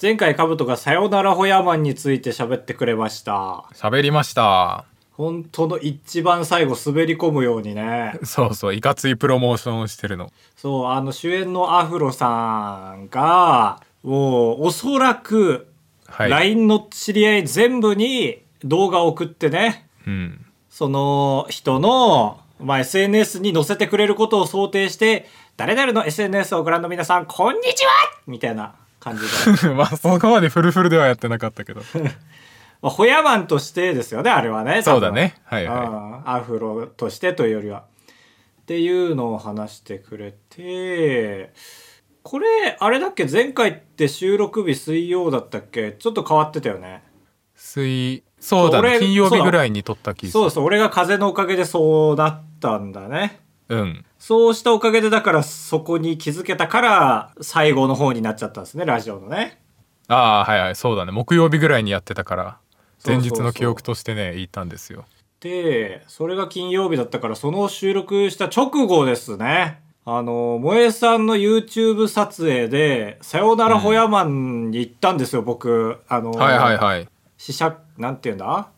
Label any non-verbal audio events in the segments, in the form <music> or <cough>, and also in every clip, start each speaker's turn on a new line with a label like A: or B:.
A: 前回カブトがさよならホヤマンについて喋ってくれました。
B: 喋りました。
A: 本当の一番最後滑り込むようにね。
B: そうそう、いかついプロモーションをしてるの。
A: そう、あの主演のアフロさんが、もうおそらく、
B: はい。
A: LINE の知り合い全部に動画を送ってね、
B: うん。 <laughs>
A: その人の、まあ、SNS に載せてくれることを想定して、誰々の SNS をご覧の皆さん、こんにちはみたいな感
B: <laughs>
A: じで。
B: まあ、そこまでフルフルではやってなかっ
A: <laughs>
B: たけど。
A: まあ、ホヤマンとしてですよね、あれはね。
B: そうだね。はい
A: 多分。
B: は
A: うんアフロとしてというよりは。っていうのを話してくれて、これ、あれだっけ前回って収録日水曜だったっけちょっと変わってたよね。
B: い。水、そうだ
A: 俺
B: ね。金曜日ぐらいに撮った気
A: そう
B: す
A: そう、俺が風のおかげでそうなったんだね。
B: る。うん。
A: そうしたおかげで、だからそこに気づけたから、最後の方になっちゃったんですね、ラジオのね。
B: ああ、はいはい。そうだね。木曜日ぐらいにやってたから、
A: そうそ
B: 前
A: うそう
B: 日の記憶としてね、言ったんですよ。
A: で、それが金曜日だったから、その収録した直後ですね。あの、萌えさんの YouTube 撮影で、さよならホヤマンに行ったんですよ、僕。あの、
B: はいはいはい。
A: 試写、なんて言うんだ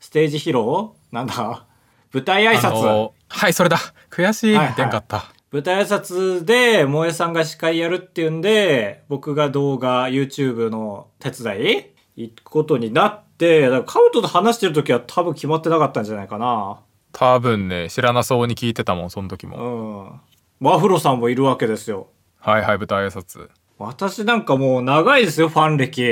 A: ステージ披露なんだ舞台挨拶。
B: あのはい、それだ。悔しい。
A: はいはい
B: 出んかった。
A: 舞台挨拶で萌えさんが司会やるっていうんで僕が動画 YouTube の手伝い行くことになってだからカウトと話してる時は多分決まってなかったんじゃないかな
B: 多分ね、知らなそうに聞いてたもん、その時
A: う
B: も。
A: んマフロさんもいるわけですよ
B: はいはい、舞台挨拶。
A: 私なんかもう長いですよファン歴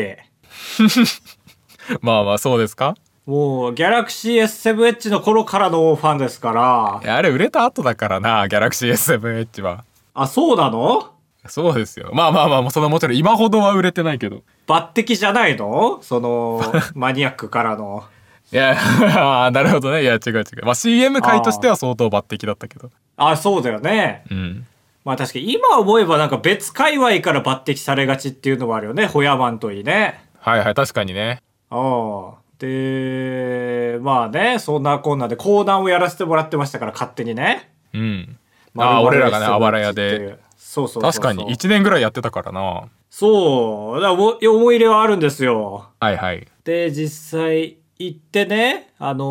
B: まあまあ、そうですか
A: もうギャラクシー S7H の頃からのファンですから
B: いやあれ売れた後だからな、ギャラクシー S7H は。
A: あそうなの
B: そうですよ。まあまあまあ、もうそのもちろん今ほどは売れてないけど。
A: 抜擢じゃないのそのマニアックからの
B: いや、 <laughs> あーなるほどね。いや、違う違う。まあ CM 界としては相当抜擢だったけど。
A: あそうだよね
B: うん。
A: まあ確かに今思えばなんか別界隈から抜擢されがちっていうのもあるよね。ホヤマンといいね。
B: はいはい、確かにね。
A: ああ。で、まあね、そんなこんなで講談をやらせてもらってましたから勝手にね。
B: うん。ああー、俺らがね、あばら屋で。。
A: そうそうそう
B: 確
A: そう
B: かに、1年ぐらいやってたからな。
A: そう。だから思い思い入れはあるんですよ。
B: はいはい。
A: で、実際行ってね、あの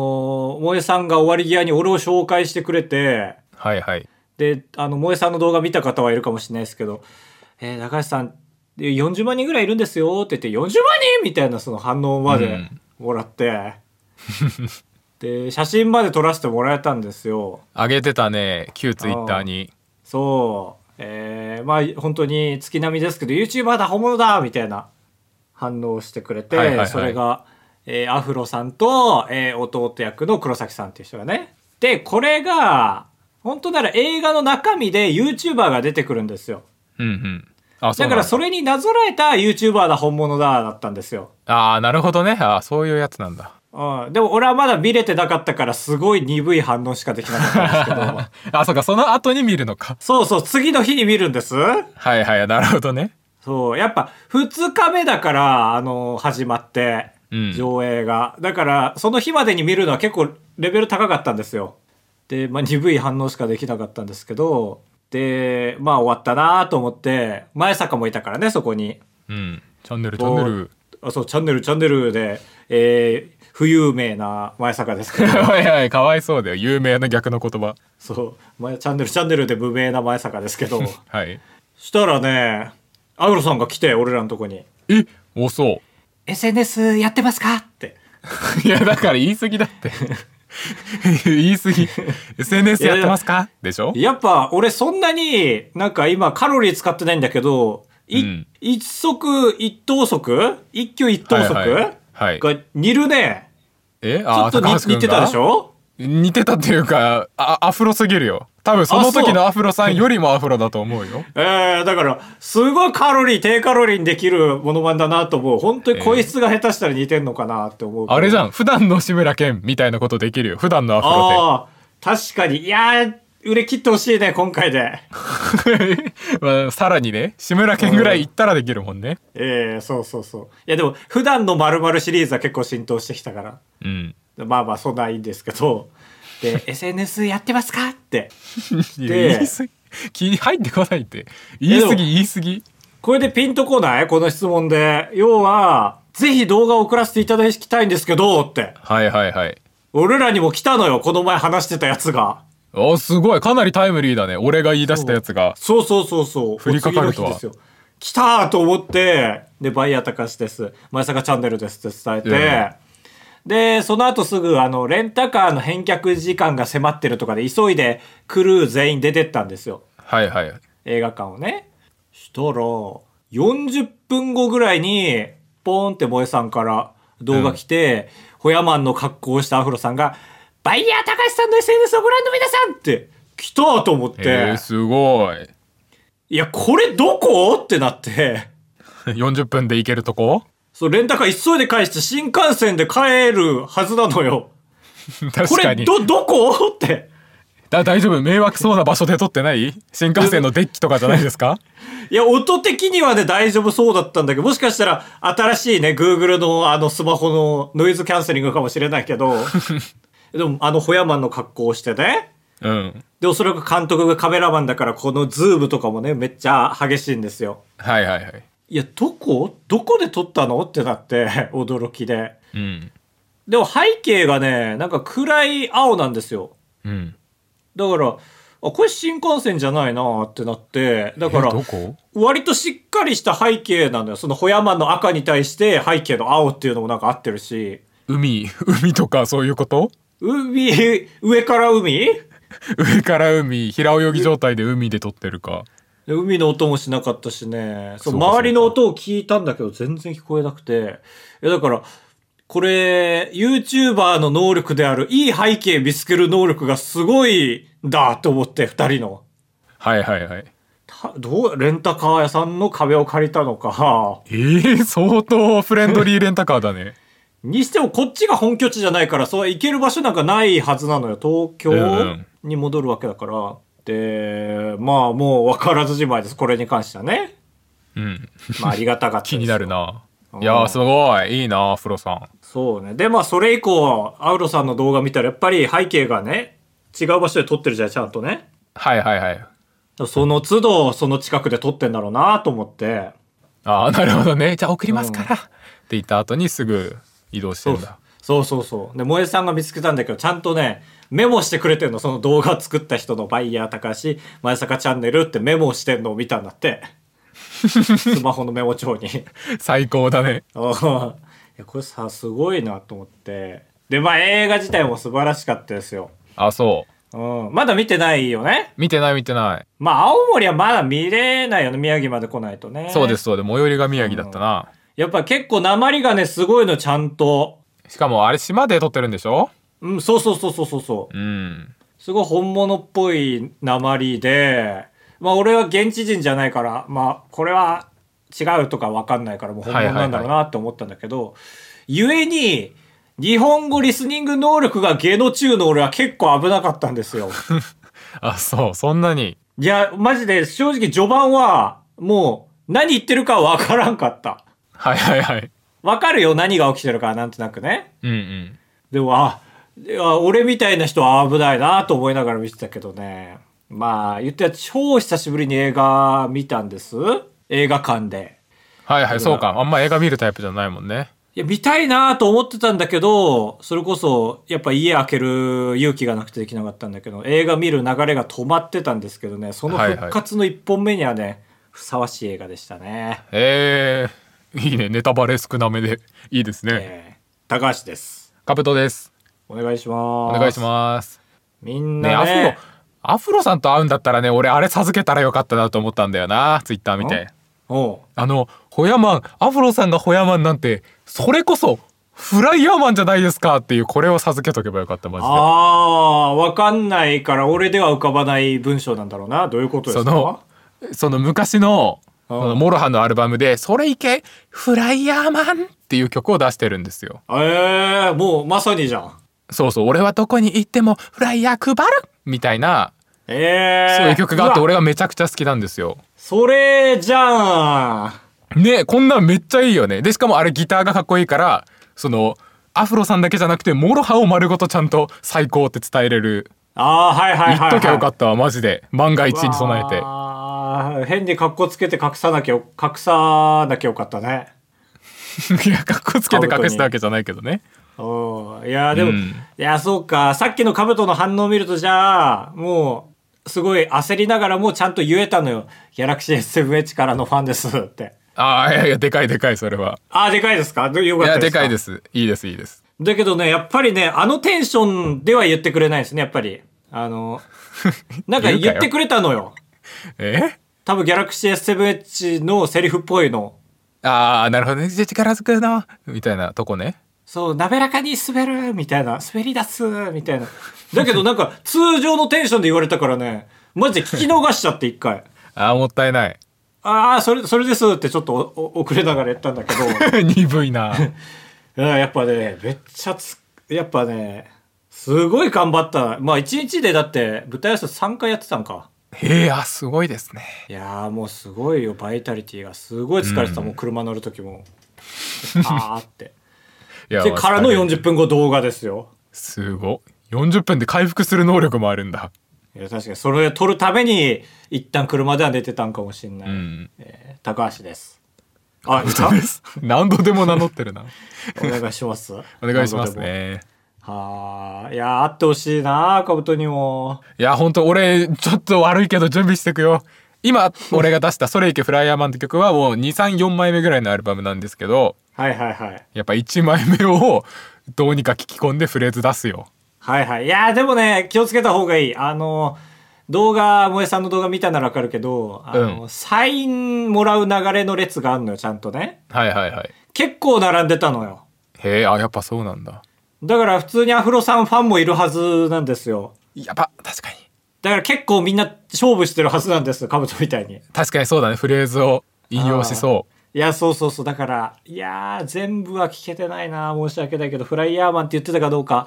A: ー、萌えさんが終わり際に俺を紹介してくれて、
B: はいはい。
A: で、あの、萌えさんの動画見た方はいるかもしれないですけど、えー高橋さん、えー40万人ぐらいいるんですよって言って、40万人みたいなその反応ま
B: う
A: で
B: ん
A: もらって、
B: <laughs>
A: で、写真まで撮らせてもらえたんですよ。
B: 上げてたね、旧 Twitter に。
A: そう。えーまあ、本当に月並みですけど、YouTuber だ、本物だみたいな反応をしてくれて、
B: はいはいはい
A: それが、えーアフロさんと、えー弟役の黒崎さんっていう人がね。で、これが、本当なら映画の中身で YouTuber が出てくるんですよ。
B: うんうん。あ、そ
A: だ
B: うな
A: か
B: ん
A: らそれになぞらえた YouTuber だ、本物だ、だったんですよ。
B: ああ、なるほどね。ああ、そういうやつなんだ。
A: うん、でも俺はまだ見れてなかったからすごい鈍い反応しかできなかったんですけ
B: <laughs>
A: ど
B: あ、そうか、その後に見るのか。
A: そうそう次の日に見るんです
B: はいはい、なるほどね。
A: そうやっぱ2日目だからあの始まって
B: うん
A: 上映が、だからその日までに見るのは結構レベル高かったんですよで、まあ、鈍い反応しかできなかったんですけどでまあ終わったなと思って前坂もいたからねそこに
B: うん。チャンネル、チャンネル。
A: あそうチャンネルチャンネルで、えー不有名な前坂です <laughs> けど
B: <laughs> はいはい、かわいそうだよ。有名な逆の言葉。
A: そう前チャンネルチャンネルで無名な前坂ですけど
B: はい。
A: したらねアウロさんが来て俺らのとこに
B: えおそ
A: 「SNS やってますか?」って
B: う。 <laughs> いや、だから言い過ぎだって。 <laughs> 言い過ぎ。SNS やってますかでしょ
A: やっぱ俺そんなになんか今カロリー使ってないんだけど、い
B: うん
A: 一足一投足一挙一投足、
B: はいはいはい。
A: が似るね
B: え
A: ちょ
B: あ
A: っと
B: 高橋君
A: 似似て
B: が
A: たでしょ
B: 似てたっていうか、あアフロすぎるよ。多分その時のアフロさんよりもアフロだと思うよ。
A: えー、だから、すごいカロリー、低カロリーにできるモノマネだなと思う。本当に声質が下手したら似てんのかなって思うけど、
B: あれじ
A: ん
B: ゃん。普段の志村けんみたいなことできるよ。普段のアフロ
A: ああ、確かに。いやー、売れ切ってほしいね、今回で。
B: で。 <laughs> まあ、さらにね、志村けんぐらい行ったらできるもんね。
A: ええそうそうそう。いや、でも、普段の〇〇シリーズは結構浸透してきたから。
B: うん。
A: まあまあ、そんなんいいんですけど。で、SNS やってますかって。
B: いや
A: で
B: 言い過ぎ。気に入ってこないって。言い過
A: で
B: ぎ、言い過ぎ。
A: これでピンとこないこの質問で。要は、ぜひ動画を送らせていただきたいんですけど、って。
B: はいはいはい
A: 俺らにも来たのよ、この前話してたやつが。
B: おすごいかなりタイムリーだね俺が言い出したやつが
A: そうそうそうそう。
B: 降りかかるとは
A: お次の日ですよ来たーと思って、で、バイヤー高橋です。前坂チャンネルですって伝えて、
B: え
A: で、その後すぐ、あの、レンタカーの返却時間が迫ってるとかで、急いでクルー全員出てったんですよ。
B: はいはい
A: 映画館をね。したら、40分後ぐらいに、ポーンって萌えさんから動画来て、ホヤマンの格好をしたアフロさんが、バイヤー高橋さんの SNS をご覧の皆さんって来たと思って、
B: えー、すごい
A: いや、これどこってなって、
B: 40分で行けると <laughs> こ
A: そう、レンタカー急いで返して新幹線で帰るはずなのよ。こ
B: 確か
A: れ、
B: に
A: ど、どこって。
B: だ大丈夫迷惑そうな場所で撮ってない新幹線のデッキとかじゃないですか
A: いや、音的にはね、大丈夫そうだったんだけど、もしかしたら、新しいね、Google のあのスマホのノイズキャンセリングかもしれないけ
B: <laughs>
A: ど、でも、あの、ホヤマンの格好をしてね、
B: <laughs> うん
A: で、おそらく監督がカメラマンだから、このズームとかもね、めっちゃ激しいんですよ。
B: はいはいはい
A: いや、どこどこで撮ったのってなって、 <laughs> 驚きで。
B: うん
A: でも背景がね、なんか暗い青なんですよ。
B: うん
A: だから、あ、これ新幹線じゃないなってなって、だから
B: え、どこ
A: 割としっかりした背景なのよ。そのホヤマンの赤に対して背景の青っていうのもなんか合ってるし、
B: 海 <laughs> 海とかそういうこと
A: 海、上から海
B: 上から海平泳ぎ状態で海で撮ってるか
A: で海の音もしなかったしね、そう
B: そうかそうか
A: 周りの音を聞いたんだけど全然聞こえなくて、いやだから、これ、YouTuber の能力である、いい背景見つける能力がすごいんだと思って、二人の。
B: はいはいはい
A: たどうレンタカー屋さんの壁を借りたのか
B: えー、相当フレンドリーレンタカーだね
A: にしてもこっちが本拠地じゃないからそう行ける場所なんかないはずなのよ東
B: うんう
A: 京
B: ん
A: に戻るわけだから、でまあもう分からずじまいですこれに関してはね
B: うん <laughs>
A: まあありがたかったです
B: 気になるな
A: うん
B: いやーすごいいいなフロさん
A: そうねでまあそれ以降アウロさんの動画見たらやっぱり背景がね違う場所で撮ってるじゃんちゃんとね
B: はいはいはい
A: その都度その近くで撮ってんだろうなと思って
B: ああなるほどねじゃあ送りますから、って言った後にすぐ移動してんだ
A: そうそうそう。で、萌えさんが見つけたんだけど、ちゃんとね、メモしてくれてるの。その動画作った人のバイヤー高橋、前坂チャンネルってメモしてんのを見たんだ
B: <laughs>
A: って。スマホのメモ帳に。 <laughs>
B: 最高だね
A: あーいや、これさ、すごいなと思って。で、まあ映画自体も素晴らしかったですよ。
B: あそう
A: うん。まだ見てないよね。
B: 見てない見てない、
A: まあ青森はまだ見れないよね。宮城まで来ないとね。
B: そうです。そうです最寄りが宮城だったな、
A: やっぱ結構鉛がね、すごいの、ちゃんと。
B: しかもあれ島で撮ってるんでしょ
A: うん、そうそうそうそうそうそう。
B: うん
A: すごい本物っぽい鉛で、まあ俺は現地人じゃないから、まあこれは違うとかわかんないからもう本物なんだろうなって思ったんだけど、故に、日本語リスニング能力がゲノ中の俺は結構危なかったんですよ。
B: あそうそんなに
A: いや、マジで正直序盤はもう何言ってるかわからんかった。
B: はいはいはい
A: わかるよ、何が起きてるかなんとなくね。
B: うんうん
A: でも、あ、いや俺みたいな人は危ないなと思いながら見てたけどね。まあ、言って超久しぶりに映画見たんです。映画館で。
B: はいはいそうかあんま映画見るタイプじゃないもんね
A: いや、見たいなと思ってたんだけど、それこそ、やっぱ家開ける勇気がなくてできなかったんだけど、映画見る流れが止まってたんですけどね、その
B: はいはい
A: 復活の一本目にはね、ふさわしい映画でしたね。
B: えー、いいねネタバレ少なめでいいですね、
A: えー高橋です。
B: カブトです
A: お願いしま
B: お
A: す。
B: 願いします
A: す。みん
B: ね
A: な
B: ア
A: ね、
B: フロアフロさんと会うんだったらね俺あれ授けたらよかったなと思ったんだよなツイッター見て
A: おう
B: あのホヤマンアフロさんがホヤマンなんてそれこそフライヤーマンじゃないですかっていうこれを授けとけばよかったマジで
A: ああー、わかんないから、俺では浮かばない文章なんだろうな。どういうことです
B: そ
A: か
B: のその昔の
A: う
B: そ
A: ん
B: のモロハのアルバムで「それいけフライヤーマン」っていう曲を出してるんですよ。
A: ええー、もうまさにじゃん。
B: そうそう俺はどこに行ってもフライヤー配るみたいな
A: ええー。
B: そういう曲があって
A: うわ
B: 俺がめちゃくちゃ好きなんですよ。
A: それじゃん。
B: ねこんなんめっちゃいいよね。でしかもあれギターがかっこいいからそのアフロさんだけじゃなくてモロハを丸ごとちゃんと最高って伝えれる
A: ああ、はいはいはい、
B: 言
A: はい。
B: っときゃよかったわマジで万が一に備えて
A: ああ、変に格好つけて隠さなきゃ、隠さなきゃよかったね。
B: いやかっこつけて隠したわけじゃないけどね
A: おいや、でも、
B: うん
A: いや、そうか。さっきの兜の反応を見ると、じゃあ、もう、すごい焦りながらもちゃんと言えたのよ。ギャラクシー 7H からのファンですって。
B: ああいやいやでかいでかいそれは
A: ああ、でかいですかどよ
B: い
A: かった
B: や
A: で
B: です
A: か。
B: かいですすいいですいいです
A: だけどね、やっぱりね、あのテンションでは言ってくれないですね、やっぱり。あ
B: <laughs>
A: の、なんか
B: 言うかよ
A: 言ってくれたのよ。
B: え
A: 多分ギャラクシー S7H のセリフっぽいの。
B: ああなるほどねじゃあ力づくなみたいなとこね
A: そう、滑らかに滑るみたいな、滑り出すみたいな。だけどなん
B: <laughs>
A: か通常のテンションで言われたからね、マジで聞き逃しちゃって一回。
B: ああもったいない <laughs>
A: ああ、それ、それですってちょっとおお遅れながら言ったんだけど、
B: 鈍いな
A: いややっぱね、めっちゃつ、やっぱね、すごい頑張った。まあ一日でだって舞台挨拶3回やってたんか。
B: へえあすごいですね
A: いやーもうすごいよ、バイタリティが。すごい疲れてた、
B: うん
A: もう車乗る時
B: <laughs>
A: も。あーって。
B: いや
A: で、からの
B: わかる
A: 40分後動画ですよ。
B: すごい40分で回復する能力もあるんだ
A: いや確かにそれを取るために一旦車では寝てたんかもしれない、
B: うん
A: えー高橋ですあい
B: そうです <laughs> 何度でも名乗ってるな
A: お願いします
B: お願いしますね
A: はあいやあってほしいなかぶとにも
B: いやほんと俺ちょっと悪いけど準備してくよ今俺が出した「それいけフライヤーマン」って曲はもう234枚目ぐらいのアルバムなんですけど
A: はいはいはい
B: やっぱ1枚目をどうにか聞き込んでフレーズ出すよ
A: はいはいいやーでもね気をつけた方がいいあの動画萌えさんの動画見たならわかるけどあの、
B: うん
A: サインもらう流れの列があるのよちゃんとね
B: はいはいはい
A: 結構並んでたのよ
B: へえあやっぱそうなんだ
A: だから普通にアフロさんファンもいるはずなんですよ
B: やっぱ確かに
A: だから結構みんな勝負してるはずなんですよ、カブトみたいに。い
B: 確かにそうだねフレーズを引用しそう
A: や、そうそうそう。だから、いやー、全部は聞けてないな。申し訳ないけど、フライヤーマンって言ってたかどうか、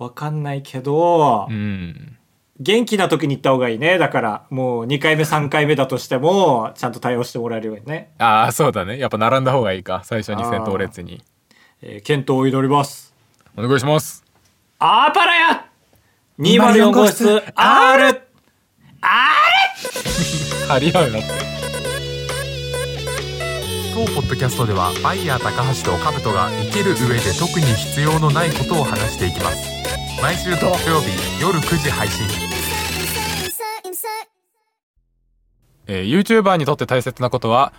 A: わかんないけど、
B: うん
A: 元気な時に行った方がいいね。だから、もう2回目、3回目だとしても、ちゃんと対応してもらえるようにね。
B: ああそうだねやっぱ並んだ方がいいか最初に先頭列に
A: えー検討を祈ります。
B: お願いします
A: アーパラヤ !204 号室 R! あれ
B: 張り合うなって当ポッドキャストではバイヤー高橋とカブトが生きる上で特に必要のないことを話していきます毎週土曜日夜9時配信
C: insert, insert.
B: えー、YouTuber にとって大切なことは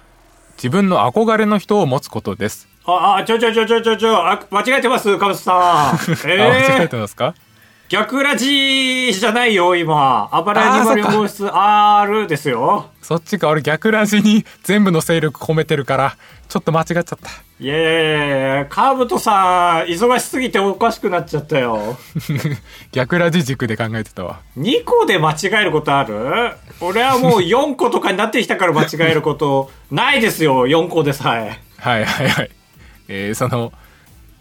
B: 自分の憧れの人を持つことです、
A: あ、あ、ちょちょちょちょちょちょ、あ、間違えてます、カブト
B: <laughs>
A: さん。え
B: あ間違え
A: ー
B: て、ますか
A: 逆ラジじゃないよ、今。あばら
B: あーそっ
A: 204
B: か
A: 号室 R ですよ。
B: そっちか俺逆ラジに全部の勢力込めてるからちょっと間違っちゃった <laughs>
A: いやいやいやいや、カブトさん、忙しすぎておかしくなっちゃったよ。
B: 逆ラジ軸で考えてたわ
A: 2個で間違えることある俺はもう4個とかになってきたから間違えること、ないですよ、4個でさえ。
B: はいはいはいえーその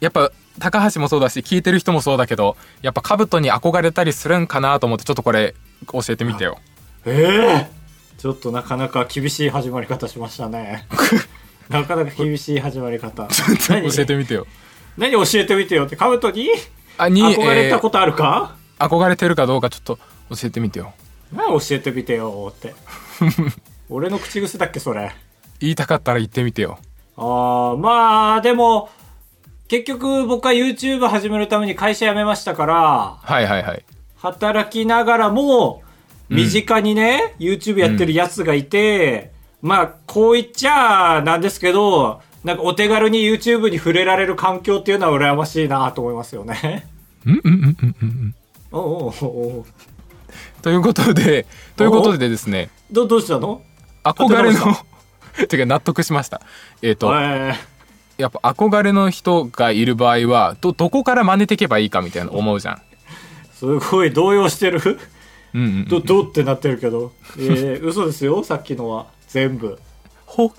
B: やっぱ高橋もそうだし聞いてる人もそうだけどやっぱ兜に憧れたりするんかなと思ってちょっとこれ教えてみてよ
A: ええちょっとなかなか厳しい始まり方しましたね。 <laughs> なかなか厳しい始まり方。何
B: 教えてみてよ
A: 何教えてみてよって、カブトに
B: あに
A: 憧れたこ
B: え
A: とあるか、
B: ー憧れてるかどうかちょっと教えてみてよ <laughs>
A: な教えてみてよって。俺の口癖だっけ、それ。
B: 言いたかったら言ってみてよ
A: ああ、まあ、でも、結局僕は YouTube 始めるために会社辞めましたから、
B: はいはいはい
A: 働きながらも、身近にね、YouTube やってるやつがいて、まあ、こう言っちゃなんですけど、なんかお手軽に YouTube に触れられる環境っていうのは羨ましいなと思いますよね。
B: うんうんうんうんうんうん
A: おうおうおうおう
B: ということでということでですね
A: ど、どうしたの
B: 憧れの
A: どうし
B: <laughs> てか納得しましたえっ、と
A: え
B: やっぱ憧れの人がいる場合はどどこから真似ていけばいいかみたいな思うじゃん
A: ー、すごい動揺してる
B: うんうん
A: ど、どうってなってるけど。えー、嘘ですよ、さっきのは。全部。
B: ほ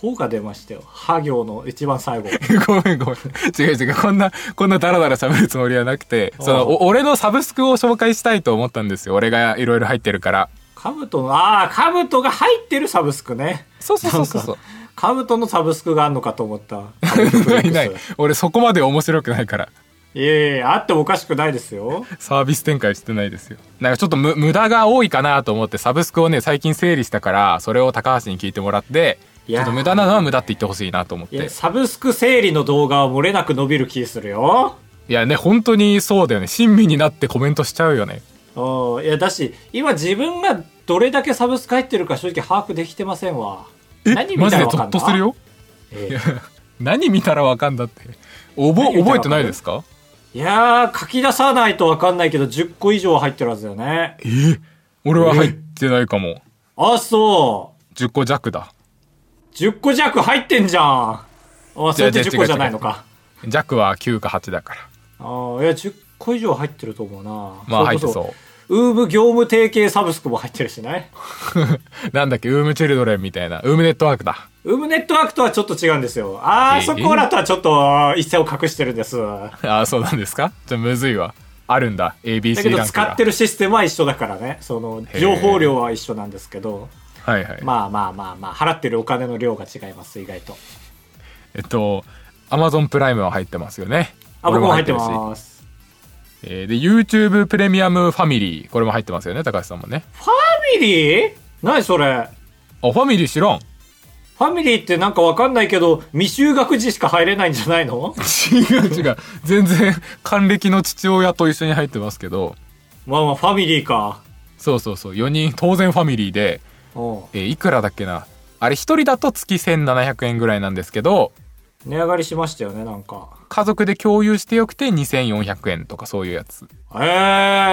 A: ほが出ましたよ。は行の一番最後。
B: <laughs> ごめんごめん。違う違う。こんな、こんなダラダラ喋るつもりはなくて、その、お俺のサブスクを紹介したいと思ったんですよ。俺がいろいろ入ってるから。
A: カブトの、ああ、カブトが入ってるサブスクね。
B: そうそうそうそう
A: な
B: そ
A: んか。カブトのサブスクがあるのかと思った。カブトフ
B: う。
A: リックス
B: ないない。俺そこまで面白くないから。
A: いえいえ、あってもおかしくないですよ。
B: サービス展開してないですよなんかちょっとむ無駄が多いかなと思ってサブスクをね最近整理したからそれを高橋に聞いてもらって
A: い
B: ちょ
A: やー
B: っと無駄なのは無駄って言ってほしいなと思っ
A: い
B: ていや
A: や、サブスク整理の動画は漏れなく伸びる気するよ。
B: ね本当にそうだよね親身になってコメントしちゃうよね
A: うん。いや、だし、今自分がどれだけサブスク入ってるか正直把握できてませんわ。何見
B: マジ
A: た
B: で
A: ら
B: ゾ
A: わか
B: ッ
A: ん
B: と
A: な
B: するよ
A: ええ
B: 何見たらわかんだっておぼ
A: 何見たらわかん
B: 覚えてないですか
A: いやー、書き出さないとわかんないけど、10個以上は入ってるはずだよね。
B: 俺は入ってないかも
A: あ、そう。
B: 10個弱だ
A: 10個弱入ってんじゃん。あ、それって10個じゃないのか。
B: 弱は9か8だから
A: あーいや、10個以上入ってると思うな。
B: まあ入って
A: れこ
B: そ
A: ウーム業務提携サブスクも入ってるしね。
B: う <laughs> なんだっけウームチルドレンみたいなウームネットワークだ
A: ウームネットワークとはちょっと違うんですよ。あー、
B: ええ
A: そこらとはちょっと一線を隠してるんです。だ
B: ああそうなんですかじゃあむずいわあるんだ ABC
A: けど
B: ランク
A: 使
B: が
A: ってるシステムは一緒だからね。その、
B: へえ
A: 情報量は一緒なんですけど。
B: はいはい、
A: まあまあまあまあ、払ってるお金の量が違います、意外と。
B: えっと Amazon プライムは入ってますよね
A: あ、僕も入って
B: 俺し
A: ます。
B: えーで YouTube プレミアムファミリーこれも入ってますよね高橋さんもね
A: ファミリー何それ
B: あファミリー知らん <laughs>
A: ファミリーってなんかわかんないけど、未就学児しか入れないんじゃないの
B: 違う違う全然 <laughs> 還暦の父親と一緒に入ってますけど
A: まあまあ、ファミリーか。
B: そうそうそう4人当然ファミリーで、
A: うん。
B: えーいくらだっけなあれ1人だと月1700円ぐらいなんですけど
A: 値上がりしましたよね、なんか。
B: 家族で共有してよくて2400円とかそういうやつ
A: え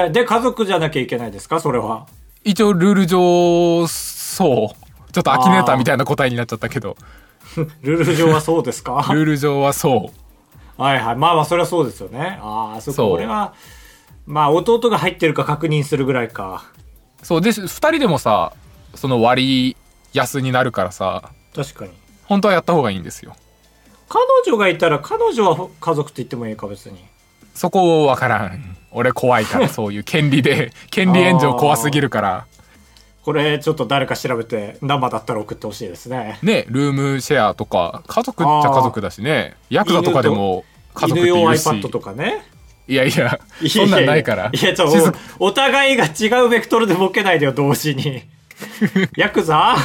A: ー、で、家族じゃなきゃいけないですかそれは。
B: 一応ルール上そうちょっとアキネーターみたいな答えになっちゃったけど
A: ルール上はそうですか
B: <laughs> ルール上はそ
A: はいはい。まあまあ、それはそうですよね。ああ、そ
B: そう
A: こ、俺は、まあ、弟が入ってるか確認するぐらいか。
B: うそうで2人でもさその割安になるからさ
A: 確かに。
B: 本当はやった方がいいんですよ
A: 彼女がいたら、彼女は家族って言ってもいいか、別に。
B: そこを分からん俺怖いからそういう権利で権利援助怖すぎるから
A: これ、ちょっと誰か調べて、生だったら送ってほしいですね。
B: ねルームシェアとか家族っちゃ家族だしねヤクザとかでも家族っ
A: 犬
B: て
A: 用
B: 言うし
A: iPad とかね。
B: いやいや <laughs> そんなんないから
A: いや、ちょ、
B: 静か
A: おお互いが違うベクトルでボケないでよ、同時
B: <laughs>
A: に。ヤクザ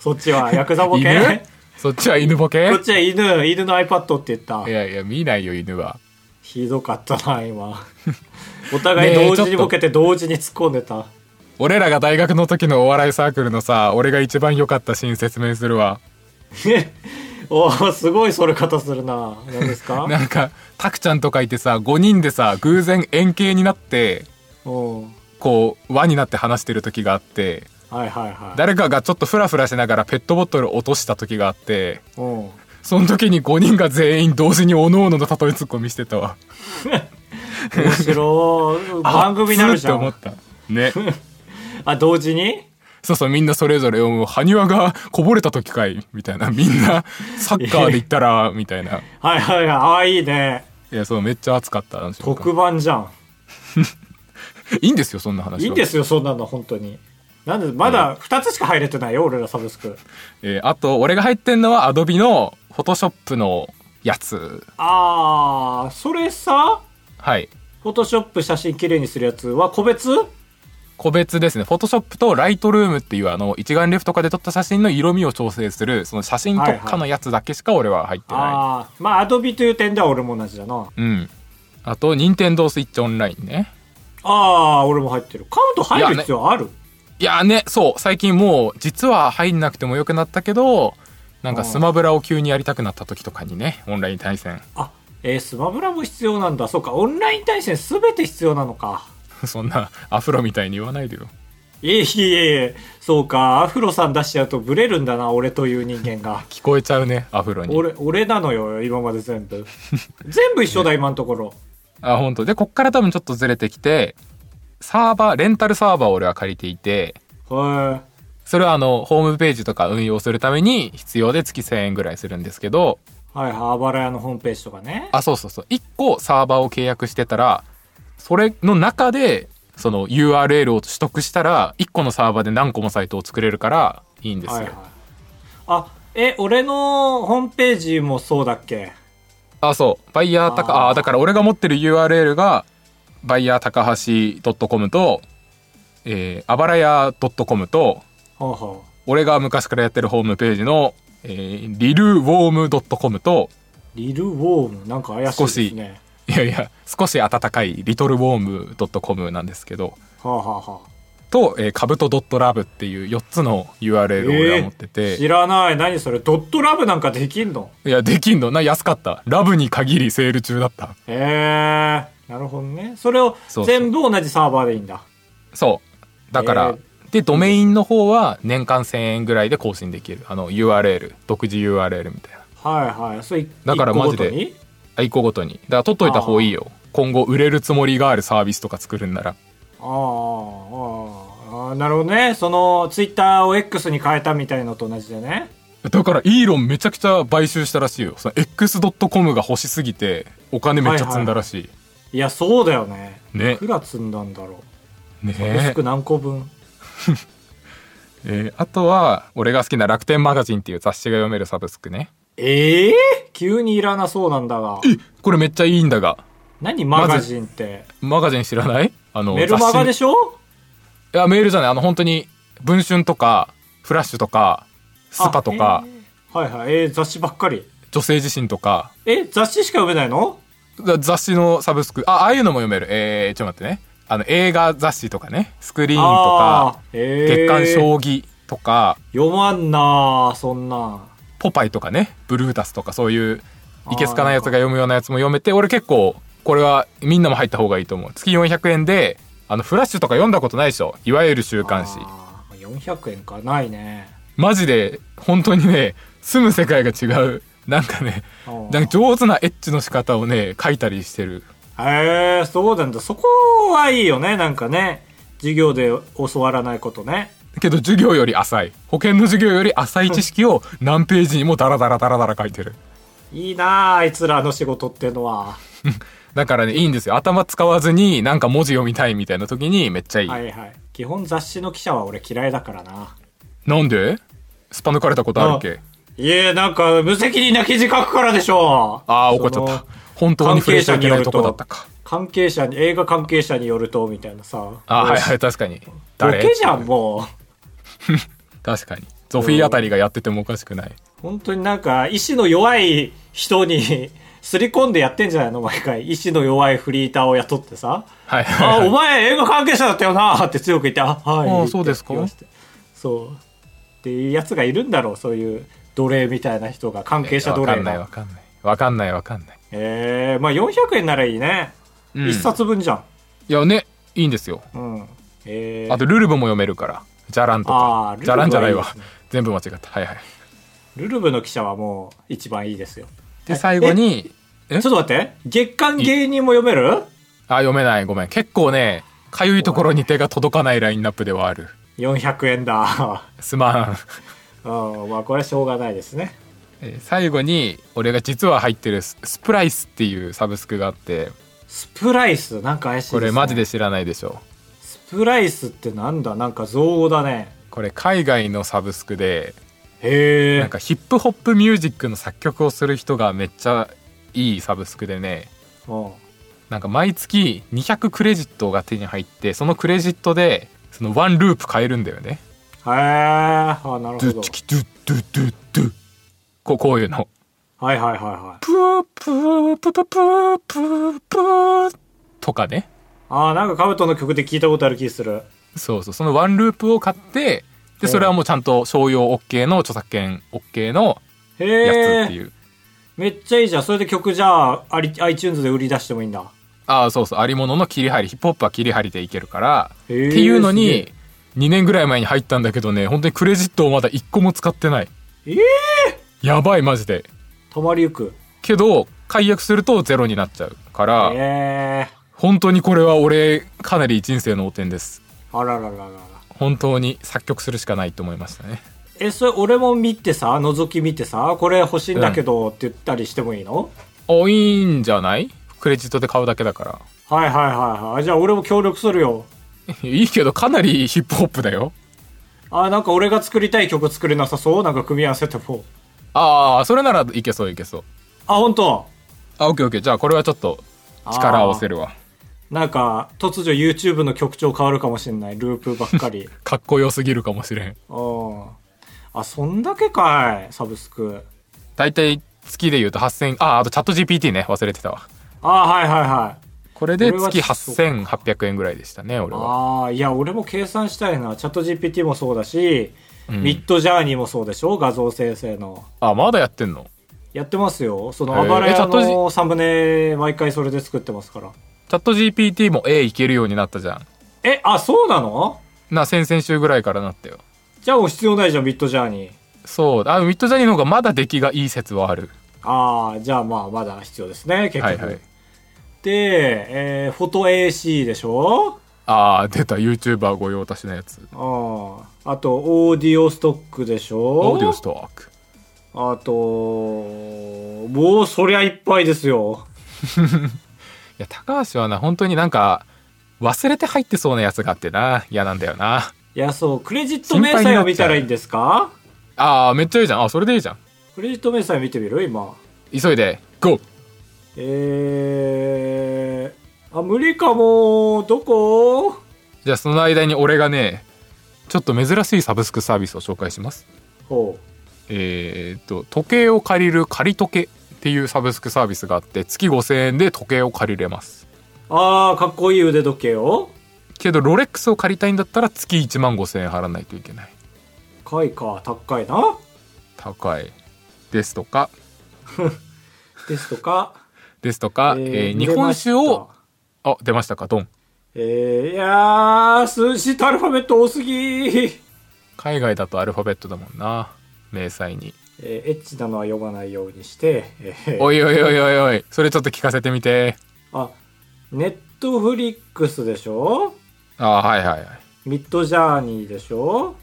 A: そっちは、ヤクザボ
B: 犬
A: ケ
B: そっちは犬ボケ
A: こっちは犬、犬の iPad って言った
B: い。やいや見ないよ犬は
A: ひどかったな、今。 <laughs> お互い同時にボケて同時に突っ込んでた。 <laughs>
B: 俺らが大学の時のお笑いサークルのさ俺が一番良かったシーン説明するわ
A: おーすごいそれ方するな。何ですか
B: <laughs> なんかタクちゃんとかいてさ5人でさ偶然円形になって
A: うん。
B: こう輪になって話してる時があって
A: はいはいはい。
B: 誰かがちょっとフラフラしながらペットボトルを落とした時があって <laughs>
A: うん。
B: その時に5人が全員同時におのおのの例えツッコミしてたわ
A: 面白い。番組になるじゃ
B: あ
A: ん
B: っ。つって思ったね
A: あ、同時に
B: そうそうみんなそれぞれ「もう埴輪がこぼれた時かい」みたいな <laughs> みんなサッカーで言ったらみたいな
A: はいはいはい。ああ、いいね。
B: いやそうめっちゃ熱かったあの瞬間
A: 特番じゃん。
B: いいんですよそんな話はい
A: いんですよ、そんなの、本当に。なんで、まだ2つしか入れてないよ、俺らサブスク。
B: えーあと俺が入ってんのはアドビのフォトショップのやつ
A: あー、それさ、
B: はい
A: フォトショップ写真綺麗にするやつは個別
B: 個別ですねフォトショップとライトルームっていうあの一眼レフとかで撮った写真の色味を調整するその写真特化のやつだけしか俺は入ってない、
A: あー、まあ、アドビという点では俺も同じだな。
B: うんあと任天堂スイッチオンラインね
A: あー、俺も入ってる。カウント入る必要ある、
B: いやーねそう最近もう実は入んなくてもよくなったけどなんかスマブラを急にやりたくなった時とかにねオンライン対戦 <laughs>
A: あ、えー、スマブラも必要なんだ。そうか、オンライン対戦全て必要なのか。
B: そんなアフロみたいに言わないでよ
A: いえいえいえ、そうか、アフロさん出しちゃうとブレるんだな、俺という人間
B: <laughs>
A: が。
B: 聞こえちゃうねアフロに
A: 俺、俺なのよ、今まで全
B: <laughs>
A: 部。全部一緒だ、今のところ。
B: あ本当でこっから多分ちょっとずれてきてサーバーレンタルサーバーを俺は借りていて
A: へえ。
B: それはあのホームページとか運用するために必要で月1000円ぐらいするんですけど
A: はいはい、あばら屋のホームページとかね。
B: あそうそうそう1個サーバーを契約してたらそれの中でその URL を取得したら1個のサーバーで何個もサイトを作れるからいいんですよ、
A: はいはい。あ、え、俺のホームページもそうだっけ
B: あそうバイヤーたかあ
A: あー
B: ーだから俺が持ってる URL がバイヤー高橋 .com とえーあばらや .com と
A: ほうほう
B: 俺が昔からやってるホームページの、えーリルウォーム .com と
A: リル・ウォームなんか怪しいですね
B: いやいや少し温かいリトルウォーム .com なんですけど
A: はあ、はあはあ、
B: と、えー、かぶと .love っていう4つの URL を俺は持ってて、
A: 知らない何それドットラブなんかできんの
B: いやできんのな安かったラブに限りセール中だった
A: へえなるほどねそれを
B: そうそう
A: 全部同じサーバーでいいんだ
B: そうだから、でドメインの方は年間1000円ぐらいで更新できるあの URL 独自 URL みたいな
A: はいはいそれ
B: だから
A: 一個
B: マジで
A: ごとに
B: あ一個ごとにだから取っといた方がいいよ今後売れるつもりがあるサービスとか作るんなら
A: ああああああなるほどねそのツイッターを X に変えたみたいのと同じでね
B: だからイーロンめちゃくちゃ買収したらしいよその X.com が欲しすぎてお金めっちゃ積んだらしい、
A: いやそうだよね
B: ね
A: いくら積んだんだろ
B: ね
A: うデスク何個分
B: えーあとは俺が好きな楽天マガジンっていう雑誌が読めるサブスクね
A: ええ急にいらなそうなんだが
B: これめっちゃいいんだが
A: 何マガジンって
B: マガジン知らないあの
A: メルマガで
B: 雑誌
A: しょ
B: いやメールじゃないあの本当に文春とかフラッシュとかスパとか
A: あ、えーはいはいえー雑誌ばっかり
B: 女性自身とか
A: え雑誌しか読めないの
B: だ雑誌のサブスクあああいうのも読めるえー、ちょっと待ってねあの映画雑誌とかねスクリーンと
A: あ
B: か
A: ーえー
B: 月刊将棋とか
A: 読まんなあそんなん
B: ポパイとかねブルータスとかそういういけすかないやつが読むようなやつも読めて俺結構これはみんなも入った方がいいと思う月400円であのフラッシュとか読んだことないでしょいわゆる週刊誌
A: あー400円かないね
B: マジで本当にね住む世界が違うなんかね
A: あー
B: なんか上手なエッチの仕方をね書いたりしてる
A: へえそうなんだそこはいいよねなんかね授業で教わらないことね
B: けど授業より浅い保険の授業より浅い知識
A: <laughs>
B: を何ページにもダラダラダラダラ書いてる
A: いいなああいつらの仕事ってのは
B: だからねいいんですよ頭使わずになんか文字読みたいみたいな時にめっちゃいい、
A: はいはい基本雑誌の記者は俺嫌いだからな
B: なんですっぱ抜かれたことあるっけ
A: いえなんか無責任な記事書くからでしょ
B: ああ怒っちゃ
A: そ
B: った
A: の
B: 本当に触れちゃいけないとこだったか
A: 関係者に映画関係者によるとみたいなさ
B: あーはいはい確かに
A: ボ
B: 誰
A: ケじゃんもう
B: 確かにゾフィーあたりがやっててもおかしくない
A: 本当になんか意志の弱い人にすり込んでやってんじゃないの毎回意志の弱いフリーターを雇ってさ「
B: はい
A: あ
B: はい
A: お
B: はい
A: 前映画関係者だったよな」って強く言って「あはい」
B: あ
A: って
B: そうですか
A: 言わせてそうっていうやつがいるんだろうそういう奴隷みたいな人が関係者奴
B: わか
A: 隷
B: んないわ
A: の
B: かんないわかんないわかんない
A: ええまあ400円ならいいね、
B: うん
A: 一冊分じゃん
B: いやねいいんですよ
A: うんええ
B: あとルルブも読めるからじゃらんと
A: あ
B: か
A: ー
B: じゃらんじゃないわ
A: ルルブはいい
B: 全部間違ったはいはい
A: ルルブの記者はもう一番いいですよ
B: で最後にえ
A: ちょっと待って月刊芸人も読める
B: あ読めないごめん結構ねかゆいところに手が届かないラインナップではある
A: ?400 円だ <laughs>
B: すまん
A: うんまあこれはしょうがないですね
B: えー最後に俺が実は入ってるススプライスっていうサブスクがあって
A: スプライスなんか怪しい
B: こ
A: ね
B: れマジで知らないでしょ
A: スプライスってなんだなんか造語だね
B: これ海外のサブスクで
A: へ
B: なん
A: え
B: かヒップホップミュージックの作曲をする人がめっちゃいいサブスクでね
A: うん
B: なんか毎月200クレジットが手に入ってそのクレジットでそのワンループ変えるんだよね
A: へえあなるほ
B: ドゥ
A: ど
B: ッチキドゥッドゥッドゥッドゥッこうこういうの
A: はいはいはいはい
B: プープープププープープーとかね
A: あーなんかカブトの曲で聞いたことある気する
B: そうそうそのワンループを買ってでそれはもうちゃんと商用 OK の著作権 OK のやつって
A: へ
B: い
A: え
B: う、
A: めっちゃいいじゃんそれで曲じゃああり iTunes で売り出してもいいんだ
B: ああそうそうありものの切り張りヒップホップは切り張りでいけるからって
A: へー
B: いうの
A: すげ
B: に2年ぐらい前に入ったんだけどね本当にクレジットをまだ1個も使ってない
A: ええ
B: やばいマジで
A: たまりゆく
B: けど解約するとゼロになっちゃうから、
A: ええ
B: 本当にこれは俺かなり人生の汚点です
A: あららららら
B: 本当に作曲するしかないと思いましたね
A: えそれ俺も見てさ覗き見てさこれ欲しいんだけどって言ったりしてもいいの、
B: あいいんじゃないクレジットで買うだけだから
A: はいはいはいはいじゃあ俺も協力するよ
B: いいけどかなりヒップホップだよ
A: あなんか俺が作りたい曲作れなさそうなんか組み合わせても
B: ああそれならいけそういけそう
A: あ本当
B: あオッケーオッケーじゃあこれはちょっと力合わせるわ
A: なんか突如 YouTube の曲調変わるかもしれないループばっか
B: <laughs>
A: り
B: かっこよすぎるかもしれん
A: うんあそんだけかいサブスク
B: 大体月で言うと8000ああとチャット GPT ね忘れてたわ
A: あはいはいはい
B: これで
A: これは
B: 月8800円ぐらいでしたね俺は
A: ああいや俺も計算したいなチャット GPT もそうだし、
B: うん
A: ミッドジャーニーもそうでしょ画像生成の
B: あまだやってんの
A: やってますよその
B: へー
A: あばら
B: えチャ
A: 屋
B: ット G-
A: のサムネ毎回それで作ってますから
B: チャット GPT も A いけるようになったじゃん
A: えあそうなの
B: な先々週ぐらいからなったよ
A: じゃあもう必要ないじゃんミッドジャーニー
B: そうあミッドジャーニーの方がまだ出来がいい説はある
A: ああじゃあまあまだ必要ですね結局、
B: はいはい
A: で、えーフォト AC でしょ
B: あー出た YouTuber 御用達のやつ
A: ああとオーディオストックでしょ
B: オーディオストーク
A: あともうそりゃいっぱいですよ
B: いや高橋はな本当になんか忘れて入ってそうなやつがあってな嫌なんだよない
A: やそうクレジット明細を見たらいいんですか
B: あーめっちゃいいじゃんあそれでいいじゃん
A: クレジット明細見てみる今
B: 急いで GO!
A: えー、あ無理かもどこ
B: じゃあその間に俺がねちょっと珍しいサブスクサービスを紹介します
A: ほ
B: えーっと時計を借りる借り時計っていうサブスクサービスがあって月5000円で時計を借りれます
A: うああかっこいい腕時計を
B: けどロレックスを借りたいんだったら月1万5000円払わないといけない
A: かいか高いな
B: 高いですとか
A: ですとか
B: ですとか、えー日本酒をあ出ましたかドン
A: えー、いやー数字とアルファベット多すぎ
B: 海外だとアルファベットだもんな明細に
A: えーエッチなのは読まないようにして、えー
B: おいおいおいおいおいそれちょっと聞かせてみて
A: あネットフリックスでしょ
B: あはいはいはい
A: ミッドジャーニーでしょ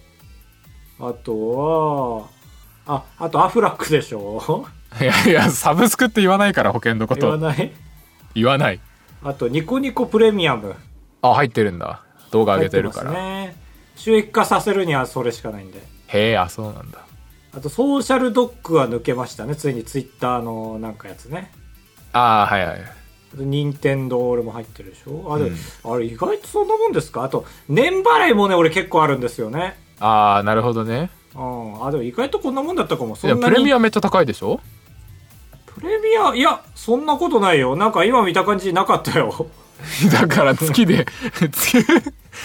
A: あとはああとアフラックでしょ
B: いや <laughs> いやサブスクって言わないから保険のこ
A: 言わ
B: と
A: ない
B: 言わない
A: あとニコニコプレミアム
B: あ入ってるんだ動画上げてるか
A: 入
B: ら、
A: ってますね収益化させるにはそれしかないんで
B: へえあそうなんだ
A: あとソーシャルドッグは抜けましたねついにツイッターのなんかやつね
B: あはいはい
A: あと任天堂俺も入ってるでしょあれ、
B: うん
A: あれ意外とそんなもんですかあと年払いもね俺結構あるんですよね
B: ああなるほどね
A: うんあでも意外とこんなもんだったかも
B: い
A: そ
B: や
A: んな
B: プ
A: に
B: レミアめっちゃ高いで
A: <laughs>
B: しょ
A: プレミアいやそんなことないよなんか今見た感じなかったよ
B: だから月で <laughs> 月い